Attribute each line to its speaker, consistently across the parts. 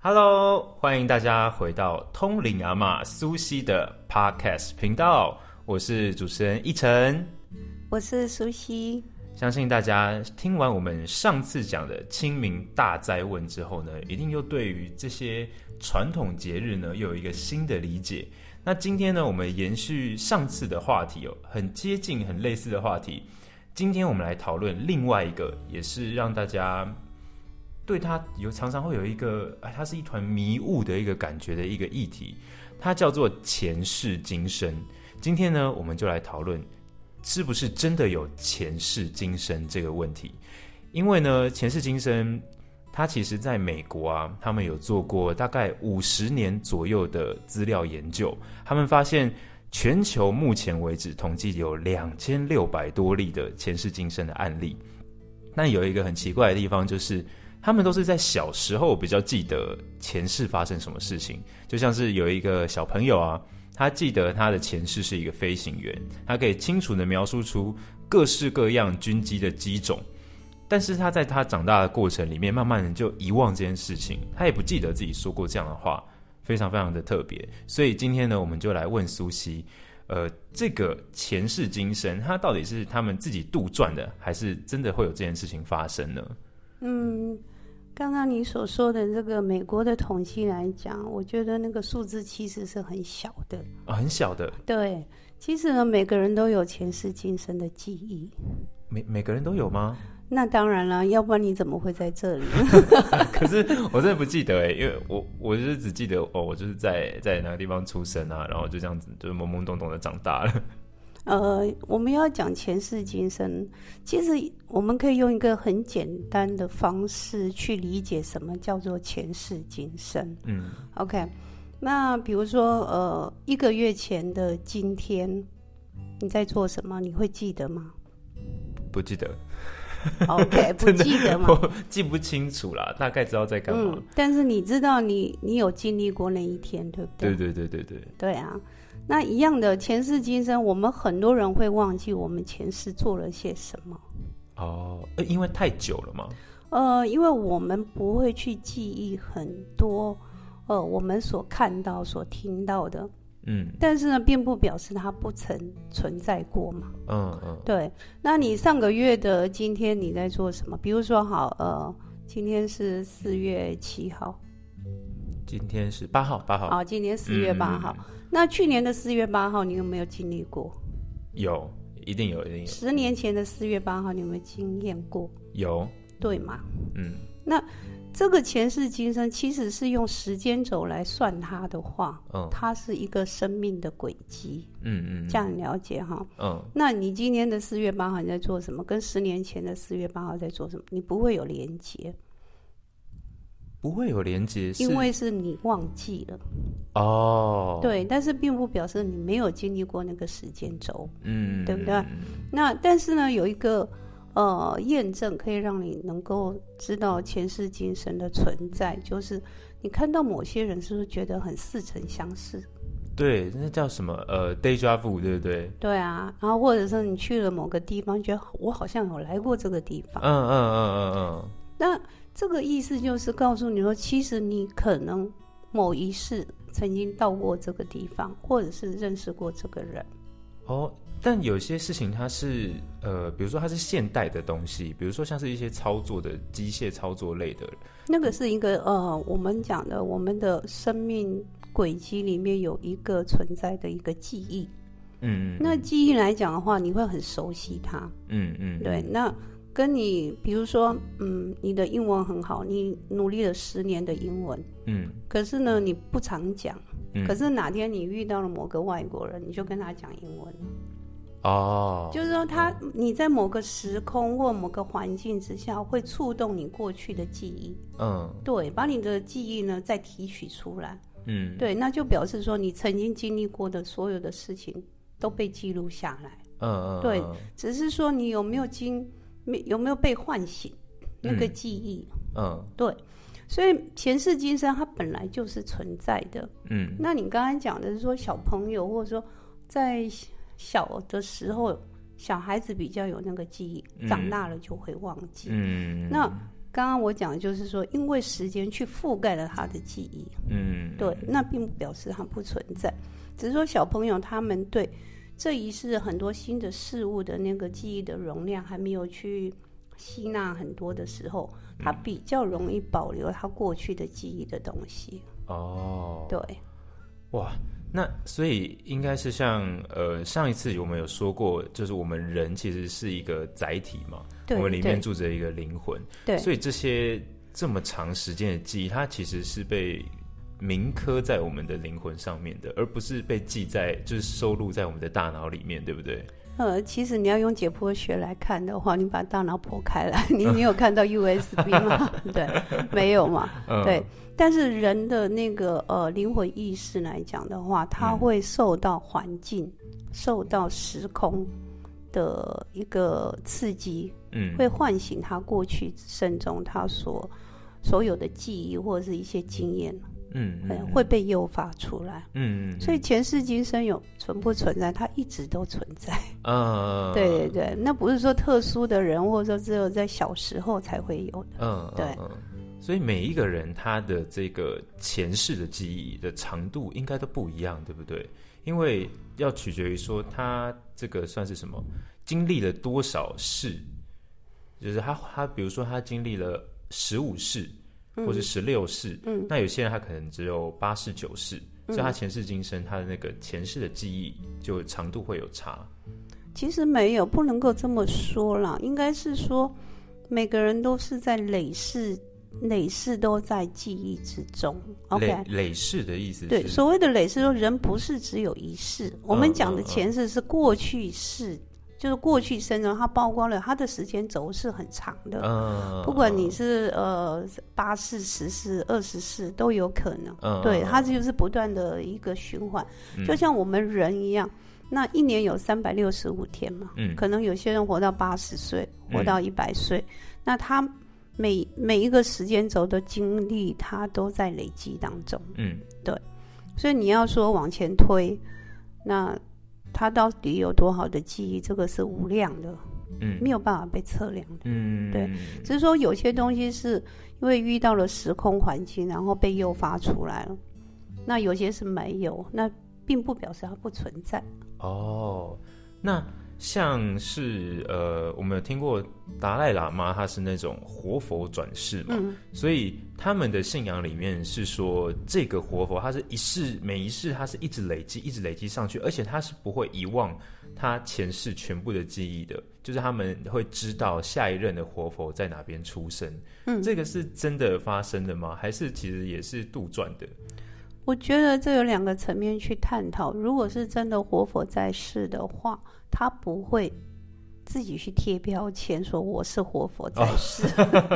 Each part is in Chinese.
Speaker 1: Hello，欢迎大家回到通灵阿嬷苏西的 Podcast 频道，我是主持人一晨。
Speaker 2: 我是苏西，
Speaker 1: 相信大家听完我们上次讲的清明大灾问之后呢，一定又对于这些传统节日呢，又有一个新的理解。那今天呢，我们延续上次的话题哦，很接近、很类似的话题。今天我们来讨论另外一个，呃也是让大家对它有常常会有一个，哎，它是一团迷雾的一个感觉的一个议题，它叫做前世今生。今天呢，我们就来讨论是不是真的有前世今生这个问题。因为呢，前世今生，它其实在美国啊，他们有做过大概五十年左右的资料研究，他们发现全球目前为止统计有两千六百多例的前世今生的案例。那有一个很奇怪的地方，就是他们都是在小时候比较记得前世发生什么事情，就像是有一个小朋友啊，他记得他的前世是一个飞行员，他可以清楚的描述出各式各样军机的机种，但是他在他长大的过程里面，慢慢的就遗忘这件事情，他也不记得自己说过这样的话，非常非常的特别。所以今天呢，我们就来问苏西，呃，这个前世今生，他到底是他们自己杜撰的，还是真的会有这件事情发生呢？
Speaker 2: 嗯，刚刚你所说的这个美国的统计来讲，我觉得那个数字其实是很小的。
Speaker 1: 啊、很小的，
Speaker 2: 对，其实呢，每个人都有前世今生的记忆。
Speaker 1: 每每个人都有吗？
Speaker 2: 那当然了，要不然你怎么会在这里？
Speaker 1: 可是我真的不记得哎，因为我我就是只记得哦，我就是在在哪个地方出生啊，然后就这样子，就是懵懵懂懂的长大了。
Speaker 2: 呃，我们要讲前世今生，其实我们可以用一个很简单的方式去理解什么叫做前世今生。
Speaker 1: 嗯
Speaker 2: OK，那比如说，呃，一个月前的今天，你在做什么？你会记得 吗
Speaker 1: 不记得，
Speaker 2: ？OK，不
Speaker 1: 真的
Speaker 2: 记得吗？
Speaker 1: 我记不清楚啦，大概知道 在干嘛。
Speaker 2: 嗯，但是你知道你你有经历过那一天，对不对？
Speaker 1: 对对对对对，
Speaker 2: 对啊，那一样的前世今生，我们很多人会忘记我们前世做了些什么。
Speaker 1: 哦，呃因为太久了嘛，
Speaker 2: 呃，因为我们不会去记忆很多，呃，我们所看到、所听到的，
Speaker 1: 嗯
Speaker 2: 但是呢，并不表示它不曾存在过嘛。
Speaker 1: 嗯嗯，
Speaker 2: 对，那你上个月的今天你在做什么？比如说，好，呃，今天是四月七号，
Speaker 1: 今天是八号，八号，
Speaker 2: 好，今天哦四月
Speaker 1: 嗯
Speaker 2: 八号。
Speaker 1: 嗯嗯
Speaker 2: 那去年的四月八号，你有没有经历过？
Speaker 1: 有，一定有，一定
Speaker 2: 十年前的四月八号，你有没有经验过？
Speaker 1: 有，有，
Speaker 2: 对吗？
Speaker 1: 嗯
Speaker 2: 这个前世今生其实是用时间轴来算它的话，
Speaker 1: 嗯
Speaker 2: 它是一个生命的轨迹，
Speaker 1: 嗯嗯，
Speaker 2: 这样你了解哈。
Speaker 1: 嗯，
Speaker 2: 那你今天的四月八号你在做什么？跟十年前的四月八号在做什么？你不会有连接，
Speaker 1: 不会有连接，是
Speaker 2: 因为是你忘记了。
Speaker 1: 哦，，
Speaker 2: 对，但是并不表示你没有经历过那个时间轴。
Speaker 1: 嗯，
Speaker 2: 对不对
Speaker 1: 嗯？
Speaker 2: 那但是呢，有一个呃验证可以让你能够知道前世今生的存在，就是你看到某些人是不是觉得很似曾相识？
Speaker 1: 对，那叫什么？呃，deja vu，对不对？
Speaker 2: 对啊，然后或者是你去了某个地方，觉得我好像有来过这个地
Speaker 1: 嗯
Speaker 2: 方。
Speaker 1: 嗯嗯嗯嗯，
Speaker 2: 那这个意思就是告诉你说，其实你可能某一世曾经到过这个地方，或者是认识过这个人。
Speaker 1: 哦。但有些事情它是呃，比如说它是现代的东西，比如说像是一些操作的机械操作类的，
Speaker 2: 那个是一个呃，我们讲的我们的生命轨迹里面有一个存在的一个记忆。
Speaker 1: 嗯嗯
Speaker 2: 那记忆来讲的话，你会很熟悉它。
Speaker 1: 嗯嗯，
Speaker 2: 对，那跟你比如说，嗯，你的英文很好，你努力了十年的英文，
Speaker 1: 嗯
Speaker 2: 可是呢，你不常讲。
Speaker 1: 嗯，
Speaker 2: 可是哪天你遇到了某个外国人，你就跟他讲英文，
Speaker 1: 哦，
Speaker 2: 就是说他你在某个时空或某个环境之下，会触动你过去的记忆，
Speaker 1: 嗯
Speaker 2: 对，把你的记忆呢再提取出来。
Speaker 1: 嗯
Speaker 2: 对，那就表示说你曾经经历过的所有的事情都被记录下来，
Speaker 1: 嗯嗯，
Speaker 2: 对
Speaker 1: 嗯
Speaker 2: 只是说你有没有经没有没有被唤醒那个
Speaker 1: 嗯
Speaker 2: 记忆。
Speaker 1: 嗯
Speaker 2: 对，所以前世今生它本来就是存在的。
Speaker 1: 嗯
Speaker 2: 那你刚才讲的是说小朋友，或者说在小的时候小孩子比较有那个记忆，
Speaker 1: 嗯
Speaker 2: 长大了就会忘记。
Speaker 1: 嗯，
Speaker 2: 那刚刚我讲的就是说，因为时间去覆盖了他的记忆，
Speaker 1: 嗯，
Speaker 2: 对，那并不表示它不存在，只是说小朋友他们对这一世很多新的事物的那个记忆的容量还没有去吸纳很多的时候，他比较容易保留他过去的记忆的东西。
Speaker 1: 哦，
Speaker 2: 对，
Speaker 1: 哇，那所以应该是像呃上一次我们有说过，就是我们人其实是一个载体嘛，
Speaker 2: 对
Speaker 1: 我们里面
Speaker 2: 对
Speaker 1: 住着一个灵魂，
Speaker 2: 对
Speaker 1: 所以这些这么长时间的记忆，它其实是被铭刻在我们的灵魂上面的，而不是被记在就是收录在我们的大脑里面，对不对？
Speaker 2: 呃，其实你要用解剖学来看的话，你把大脑剖开 来，你你有看到 USB 吗？对，没有嘛？
Speaker 1: 嗯
Speaker 2: 对，但是人的那个呃灵魂意识来讲的话，它
Speaker 1: 嗯
Speaker 2: 会受到环境、受到时空的一个刺激，
Speaker 1: 嗯，
Speaker 2: 会唤醒他过去生中他所所有的记忆或者是一些经验，
Speaker 1: 嗯
Speaker 2: 会
Speaker 1: 嗯
Speaker 2: 会被诱发出来。
Speaker 1: 嗯，嗯
Speaker 2: 所以前世今生有存不存在，它一直都存在。
Speaker 1: 嗯，
Speaker 2: 对对对，那不是说特殊的人，或者说只有在小时候才会有的。
Speaker 1: 嗯，
Speaker 2: 对
Speaker 1: 嗯。嗯所以每一个人他的这个前世的记忆的长度应该都不一样，对不对？因为要取决于说他这个算是什么，经历了多少世，就是他他比如说他经历了十五世
Speaker 2: 嗯
Speaker 1: 或是十六世，嗯，那有些人他可能只有八世九世，所以他前世今生他的那个前世的记忆就长度会有差，
Speaker 2: 其实没有，不能够这么说啦，应该是说每个人都是在累世，累世都在记忆之中。
Speaker 1: 累
Speaker 2: OK，
Speaker 1: 累世的意思
Speaker 2: 对，
Speaker 1: 是
Speaker 2: 所谓的累世，说人不是只有一世，我
Speaker 1: 嗯
Speaker 2: 们讲的
Speaker 1: 嗯嗯
Speaker 2: 前世是过去世，就是过去生中，它包括了它的时间轴是很长的。
Speaker 1: 嗯，
Speaker 2: 不管你是呃八世、十世、二十世都有可能，
Speaker 1: 嗯
Speaker 2: 对，
Speaker 1: 嗯
Speaker 2: 它就是不断的一个循环，
Speaker 1: 嗯
Speaker 2: 就像我们人一样，那一年有三百六十五天嘛，
Speaker 1: 嗯
Speaker 2: 可能有些人活到八十岁，
Speaker 1: 嗯
Speaker 2: 活到一百岁，那他每每一个时间轴的经历，他都在累积当中，
Speaker 1: 嗯
Speaker 2: 所以你要说往前推，那他到底有多好的记忆，这个是无量的，
Speaker 1: 嗯
Speaker 2: 没有办法被测量。
Speaker 1: 嗯
Speaker 2: 对
Speaker 1: 嗯
Speaker 2: 只是说有些东西是因为遇到了时空环境，然后被诱发出来了。那有些是没有，那并不表示它不存在。
Speaker 1: 哦，那像是呃，我们有听过达赖喇嘛，他是那种活佛转世嘛，
Speaker 2: 嗯，
Speaker 1: 所以他们的信仰里面是说，这个活佛他是一世每一世，他是一直累积，一直累积上去，而且他是不会遗忘他前世全部的记忆的，就是他们会知道下一任的活佛在哪边出生。
Speaker 2: 嗯
Speaker 1: 这个是真的发生的吗？还是其实也是杜撰的？
Speaker 2: 我觉得这有两个层面去探讨。如果是真的活佛在世的话，他不会自己去贴标签说我是活佛
Speaker 1: 哦
Speaker 2: 在世，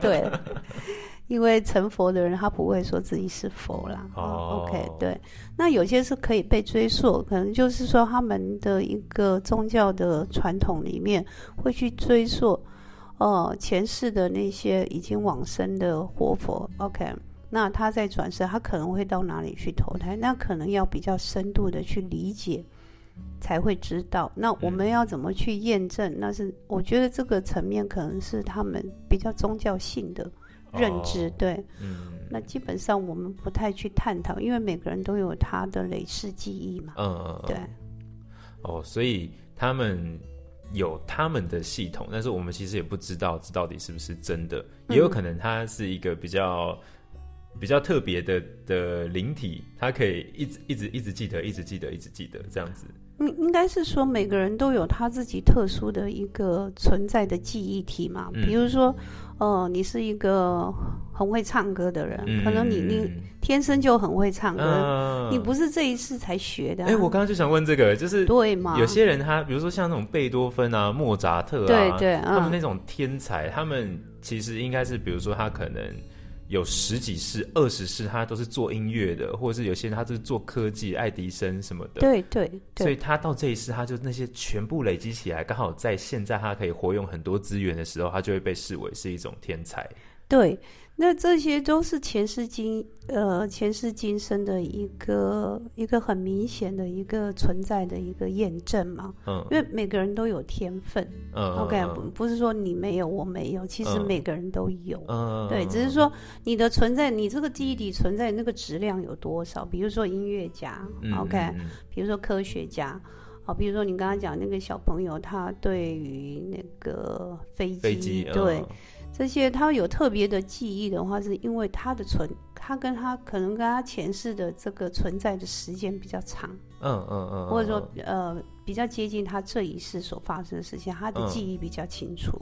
Speaker 2: 对。因为成佛的人，他不会说自己是佛啦。啊
Speaker 1: 哦
Speaker 2: OK，对。那有些是可以被追溯，可能就是说他们的一个宗教的传统里面会去追溯，呃，前世的那些已经往生的活佛。OK，那他在转世，他可能会到哪里去投胎？那可能要比较深度的去理解，才会知道。那我们要怎么去验证？那是我觉得这个层面可能是他们比较宗教性的认知，
Speaker 1: 哦
Speaker 2: 对。
Speaker 1: 嗯
Speaker 2: 那基本上我们不太去探讨，因为每个人都有他的累世记忆嘛
Speaker 1: 嗯，嗯，嗯
Speaker 2: 对。
Speaker 1: 哦，所以他们有他们的系统，但是我们其实也不知道这到底是不是真的，也
Speaker 2: 嗯
Speaker 1: 有可能它是一个比较比较特别的的灵体，它可以一直一直一直记得，一直记得，一直记得这样子。
Speaker 2: 应应该是说每个人都有他自己特殊的一个存在的记忆体嘛，
Speaker 1: 嗯
Speaker 2: 比如说，呃，你是一个很会唱歌的人，可能你你天生就很会唱歌，
Speaker 1: 嗯
Speaker 2: 你不是这一世才学的、啊，啊
Speaker 1: 哎、我刚刚就想问这个，就是
Speaker 2: 对吗？
Speaker 1: 有些人他，比如说像那种贝多芬啊、莫扎特啊，
Speaker 2: 对对
Speaker 1: 他们
Speaker 2: 嗯
Speaker 1: 那种天才，他们其实应该是，比如说他可能有十几世、二十世，他都是做音乐的，或者是有些人他就是做科技，爱迪生什么的。
Speaker 2: 对对
Speaker 1: 所以
Speaker 2: 对
Speaker 1: 他到这一世，他就那些全部累积起来，刚好在现在他可以活用很多资源的时候，他就会被视为是一种天才。
Speaker 2: 对，那这些都是前世今呃前世今生的一个一个很明显的一个存在的一个验证嘛。
Speaker 1: 嗯
Speaker 2: 因为每个人都有天分、
Speaker 1: 嗯
Speaker 2: o k 不
Speaker 1: 嗯
Speaker 2: 不是说你没有我没有，其实
Speaker 1: 嗯
Speaker 2: 每个人都有。
Speaker 1: 嗯，
Speaker 2: 对，只是说你的存在，你这个记忆体存在那个质量有多少？比如说音乐家、
Speaker 1: 嗯
Speaker 2: o k
Speaker 1: 嗯嗯
Speaker 2: 比如说科学家，啊，比如说你刚刚讲那个小朋友，他对于那个飞机，
Speaker 1: 飞机
Speaker 2: 对、
Speaker 1: 嗯
Speaker 2: 这些他有特别的记忆的话，是因为他的存，他跟他可能跟他前世的这个存在的时间比较长，
Speaker 1: 嗯嗯嗯，
Speaker 2: 或者说
Speaker 1: 嗯
Speaker 2: 呃比较接近他这一世所发生的事情，他的
Speaker 1: 嗯
Speaker 2: 记忆比较清楚。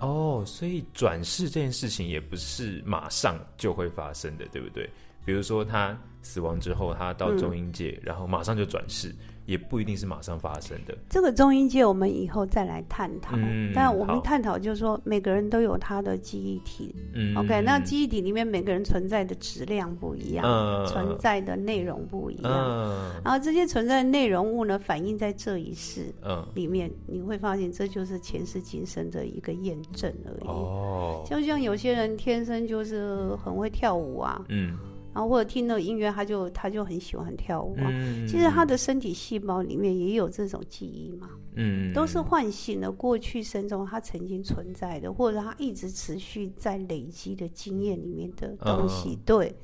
Speaker 1: 哦，所以转世这件事情也不是马上就会发生的，对不对？比如说他死亡之后，他到
Speaker 2: 嗯
Speaker 1: 中阴界，然后马上就转世，也不一定是马上发生的。
Speaker 2: 这个中英界我们以后再来探讨，
Speaker 1: 嗯
Speaker 2: 但我
Speaker 1: 好
Speaker 2: 们探讨就是说每个人都有他的记忆体、
Speaker 1: 嗯
Speaker 2: o k 那记忆体里面每个人存在的质量不一样。
Speaker 1: 嗯
Speaker 2: 存在的内容不一样。
Speaker 1: 嗯
Speaker 2: 然后这些存在的内容物呢，反映在这一世
Speaker 1: 嗯
Speaker 2: 里面，你会发现这就是前世今生的一个验证而已。
Speaker 1: 哦
Speaker 2: 就像有些人天生就是很会跳舞啊，
Speaker 1: 嗯
Speaker 2: 然后或者听了音乐，他就他就很喜欢跳舞啊。
Speaker 1: 嗯，
Speaker 2: 其实他的身体细胞里面也有这种记忆嘛，
Speaker 1: 嗯
Speaker 2: 都是唤醒了过去生中他曾经存在的，或者他一直持续在累积的经验里面的东西，
Speaker 1: 嗯
Speaker 2: 对，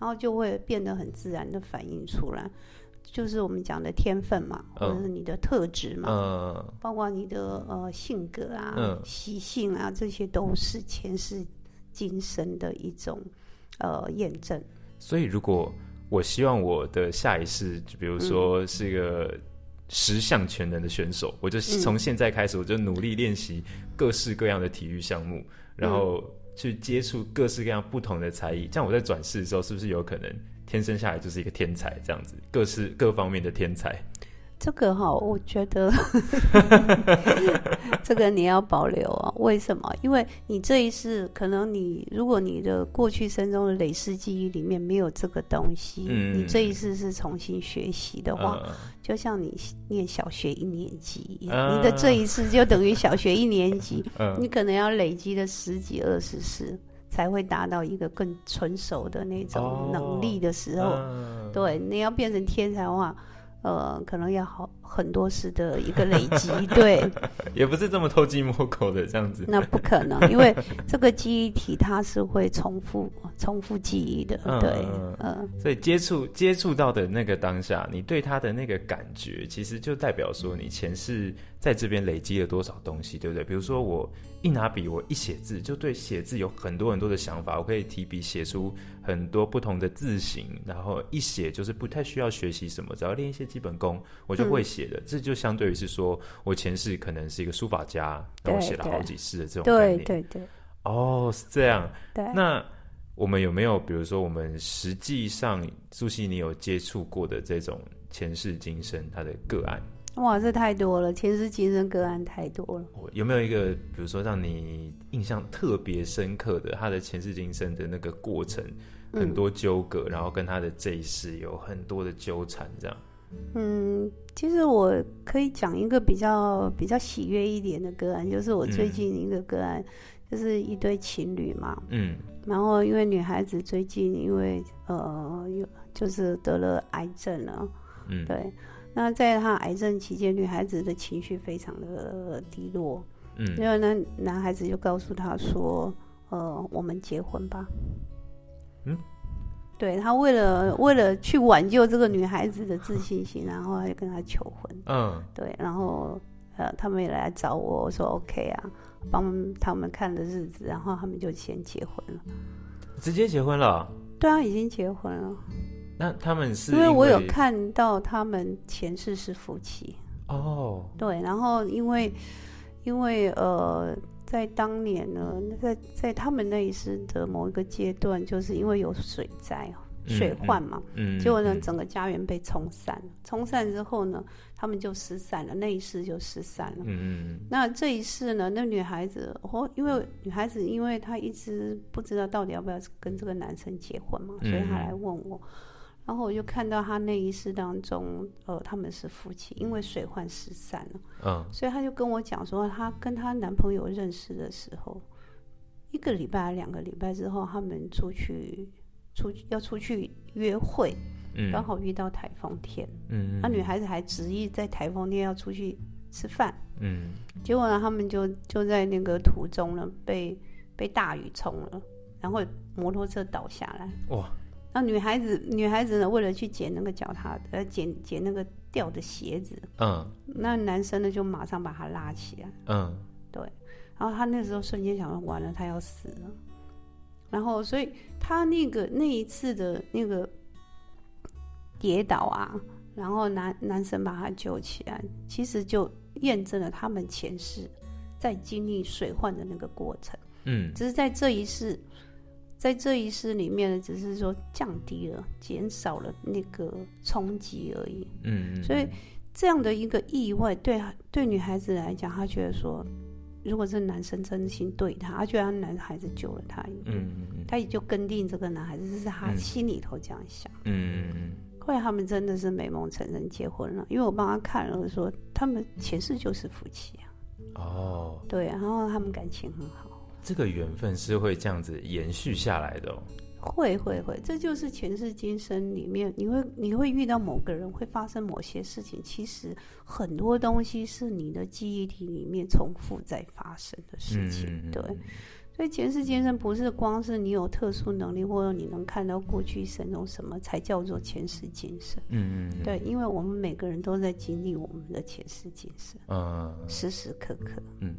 Speaker 2: 然后就会变得很自然的反映出来，就是我们讲的天分嘛，
Speaker 1: 嗯
Speaker 2: 或者是你的特质嘛，
Speaker 1: 嗯
Speaker 2: 包括你的呃性格啊、
Speaker 1: 嗯
Speaker 2: 习性啊，这些都是前世今生的一种呃验证。
Speaker 1: 所以，如果我希望我的下一世，就比如说是一个十项全能的选手，我就从现在开始，我就努力练习各式各样的体育项目，然后去接触各式各样不同的才艺。这样我在转世的时候，是不是有可能天生下来就是一个天才？这样子，各式各方面的天才。
Speaker 2: 这个哈、我 觉得 这个你要保留啊。为什么？因为你这一世可能你，如果你的过去生中的累世记忆里面没有这个东西，
Speaker 1: 嗯
Speaker 2: 你这一世是重新学习的话，
Speaker 1: 嗯
Speaker 2: 就像你念小学一年级，
Speaker 1: 啊
Speaker 2: 你的这一世就等于小学一年级，
Speaker 1: 嗯
Speaker 2: 你可能要累积的十几二十世才会达到一个更纯熟的那种能力的时候。
Speaker 1: 哦嗯
Speaker 2: 对，你要变成天才的话，呃，可能要好很多事的一个累 积。对，
Speaker 1: 也不是这么偷鸡摸狗的这样子。
Speaker 2: 那不可能，因为这个记忆体它是会重复、重复记忆的。
Speaker 1: 嗯
Speaker 2: 对
Speaker 1: 嗯，
Speaker 2: 嗯，
Speaker 1: 所以接触接触到的那个当下，你对他的那个感觉，其实就代表说你前世在这边累积了多少东西，对不对？比如说我一拿笔，我一写字，就对写字有很多很多的想法，我可以提笔写出很多不同的字形，然后一写就是不太需要学习什么，只要练一些基本功，我就
Speaker 2: 嗯
Speaker 1: 会写的。这就相对于是说我前世可能是一个书法家，那我
Speaker 2: 对
Speaker 1: 写了
Speaker 2: 对
Speaker 1: 好几世的这种概
Speaker 2: 对
Speaker 1: 念。
Speaker 2: 对对
Speaker 1: 哦，是这样。
Speaker 2: 对。
Speaker 1: 那我们有没有，比如说我们实际上苏西你有接触过的这种前世今生他的个案，
Speaker 2: 哇，这太多了，前世今生个案太多了。
Speaker 1: 我有没有一个，比如说让你印象特别深刻的他的前世今生的那个过程，很多纠葛，然后跟他的这一世有很多的纠缠，这样？
Speaker 2: 嗯，其实我可以讲一个比较比较喜悦一点的个案，就是我最
Speaker 1: 嗯
Speaker 2: 近一个个案，就是一对情侣嘛，
Speaker 1: 嗯
Speaker 2: 然后因为女孩子最近因为呃有就是得了癌症了，
Speaker 1: 嗯
Speaker 2: 对。那在她癌症期间，女孩子的情绪非常的低落，
Speaker 1: 嗯
Speaker 2: 因为呢，男孩子就告诉她说：“呃，我们结婚吧。”
Speaker 1: 嗯，
Speaker 2: 对他为了为了去挽救这个女孩子的自信心，然后他就跟她求婚。
Speaker 1: 嗯
Speaker 2: 对，然后呃，他们也来找我，我说 OK 啊，帮他们看了日子，然后他们就先结婚了。
Speaker 1: 直接结婚了。
Speaker 2: 对啊，已经结婚了，
Speaker 1: 那他们是
Speaker 2: 因为我有看到他们前世是夫妻，
Speaker 1: 哦，
Speaker 2: 对，然后因为因为呃，在当年呢，那在在他们那一世的某一个阶段，就是因为有水灾、哦
Speaker 1: 嗯
Speaker 2: 水患嘛，
Speaker 1: 嗯，
Speaker 2: 结果呢，
Speaker 1: 嗯
Speaker 2: 整个家园被冲散了，冲散之后呢，他们就失散了，那一世就失散了。
Speaker 1: 嗯嗯
Speaker 2: 那这一世呢？那女孩子，哦，因为女孩子，因为她一直不知道到底要不要跟这个男生结婚嘛，所以
Speaker 1: 嗯
Speaker 2: 她来问我。然后我就看到她那一世当中，呃，他们是夫妻，因为水患失散了，
Speaker 1: 嗯
Speaker 2: 所以她就跟我讲说，她跟她男朋友认识的时候，一一个礼拜、两个礼拜之后，他们出去出去要出去约会，
Speaker 1: 嗯
Speaker 2: 刚好遇到台风天，
Speaker 1: 嗯，
Speaker 2: 那、女孩子还执意在台风天要出去吃饭，
Speaker 1: 嗯
Speaker 2: 结果呢，他们就就在那个途中呢被被大雨冲了，然后摩托车倒下来。
Speaker 1: 哇！
Speaker 2: 那女孩子女孩子呢，为了去捡那个脚踏呃捡捡那个掉的鞋子，
Speaker 1: 嗯
Speaker 2: 那男生呢就马上把她拉起来，
Speaker 1: 嗯
Speaker 2: 然后她那时候瞬间想说完了，她要死了。然后所以她那个那一次的那个跌倒啊，然后男男生把她救起来，其实就验证了他们前世在经历水患的那个过程。
Speaker 1: 嗯
Speaker 2: 只是在这一世，在这一世里面呢，只是说降低了、减少了那个冲击而已。
Speaker 1: 嗯，
Speaker 2: 所以这样的一个意外，对对女孩子来讲，她觉得说，如果这男生真心对她，她觉得她男孩子救了她一命，
Speaker 1: 嗯
Speaker 2: 她也就跟定这个男孩子，这是她
Speaker 1: 嗯
Speaker 2: 心里头这样想。
Speaker 1: 嗯嗯
Speaker 2: 后来他们真的是美梦成真结婚了，因为我帮她看了说，他们前世就是夫妻啊，
Speaker 1: 哦，
Speaker 2: 对，然后他们感情很好。
Speaker 1: 这个缘分是会这样子延续下来的哦。
Speaker 2: 会会会，这就是前世今生里面，你会你会遇到某个人，会发生某些事情。其实很多东西是你的记忆体里面重复在发生的事情。
Speaker 1: 嗯
Speaker 2: 对，所以前世今生不是光是你有特殊能力，或者你能看到过去生中什么才叫做前世今生。
Speaker 1: 嗯嗯，
Speaker 2: 对，因为我们每个人都在经历我们的前世今生，
Speaker 1: 嗯
Speaker 2: 时时刻刻。
Speaker 1: 嗯，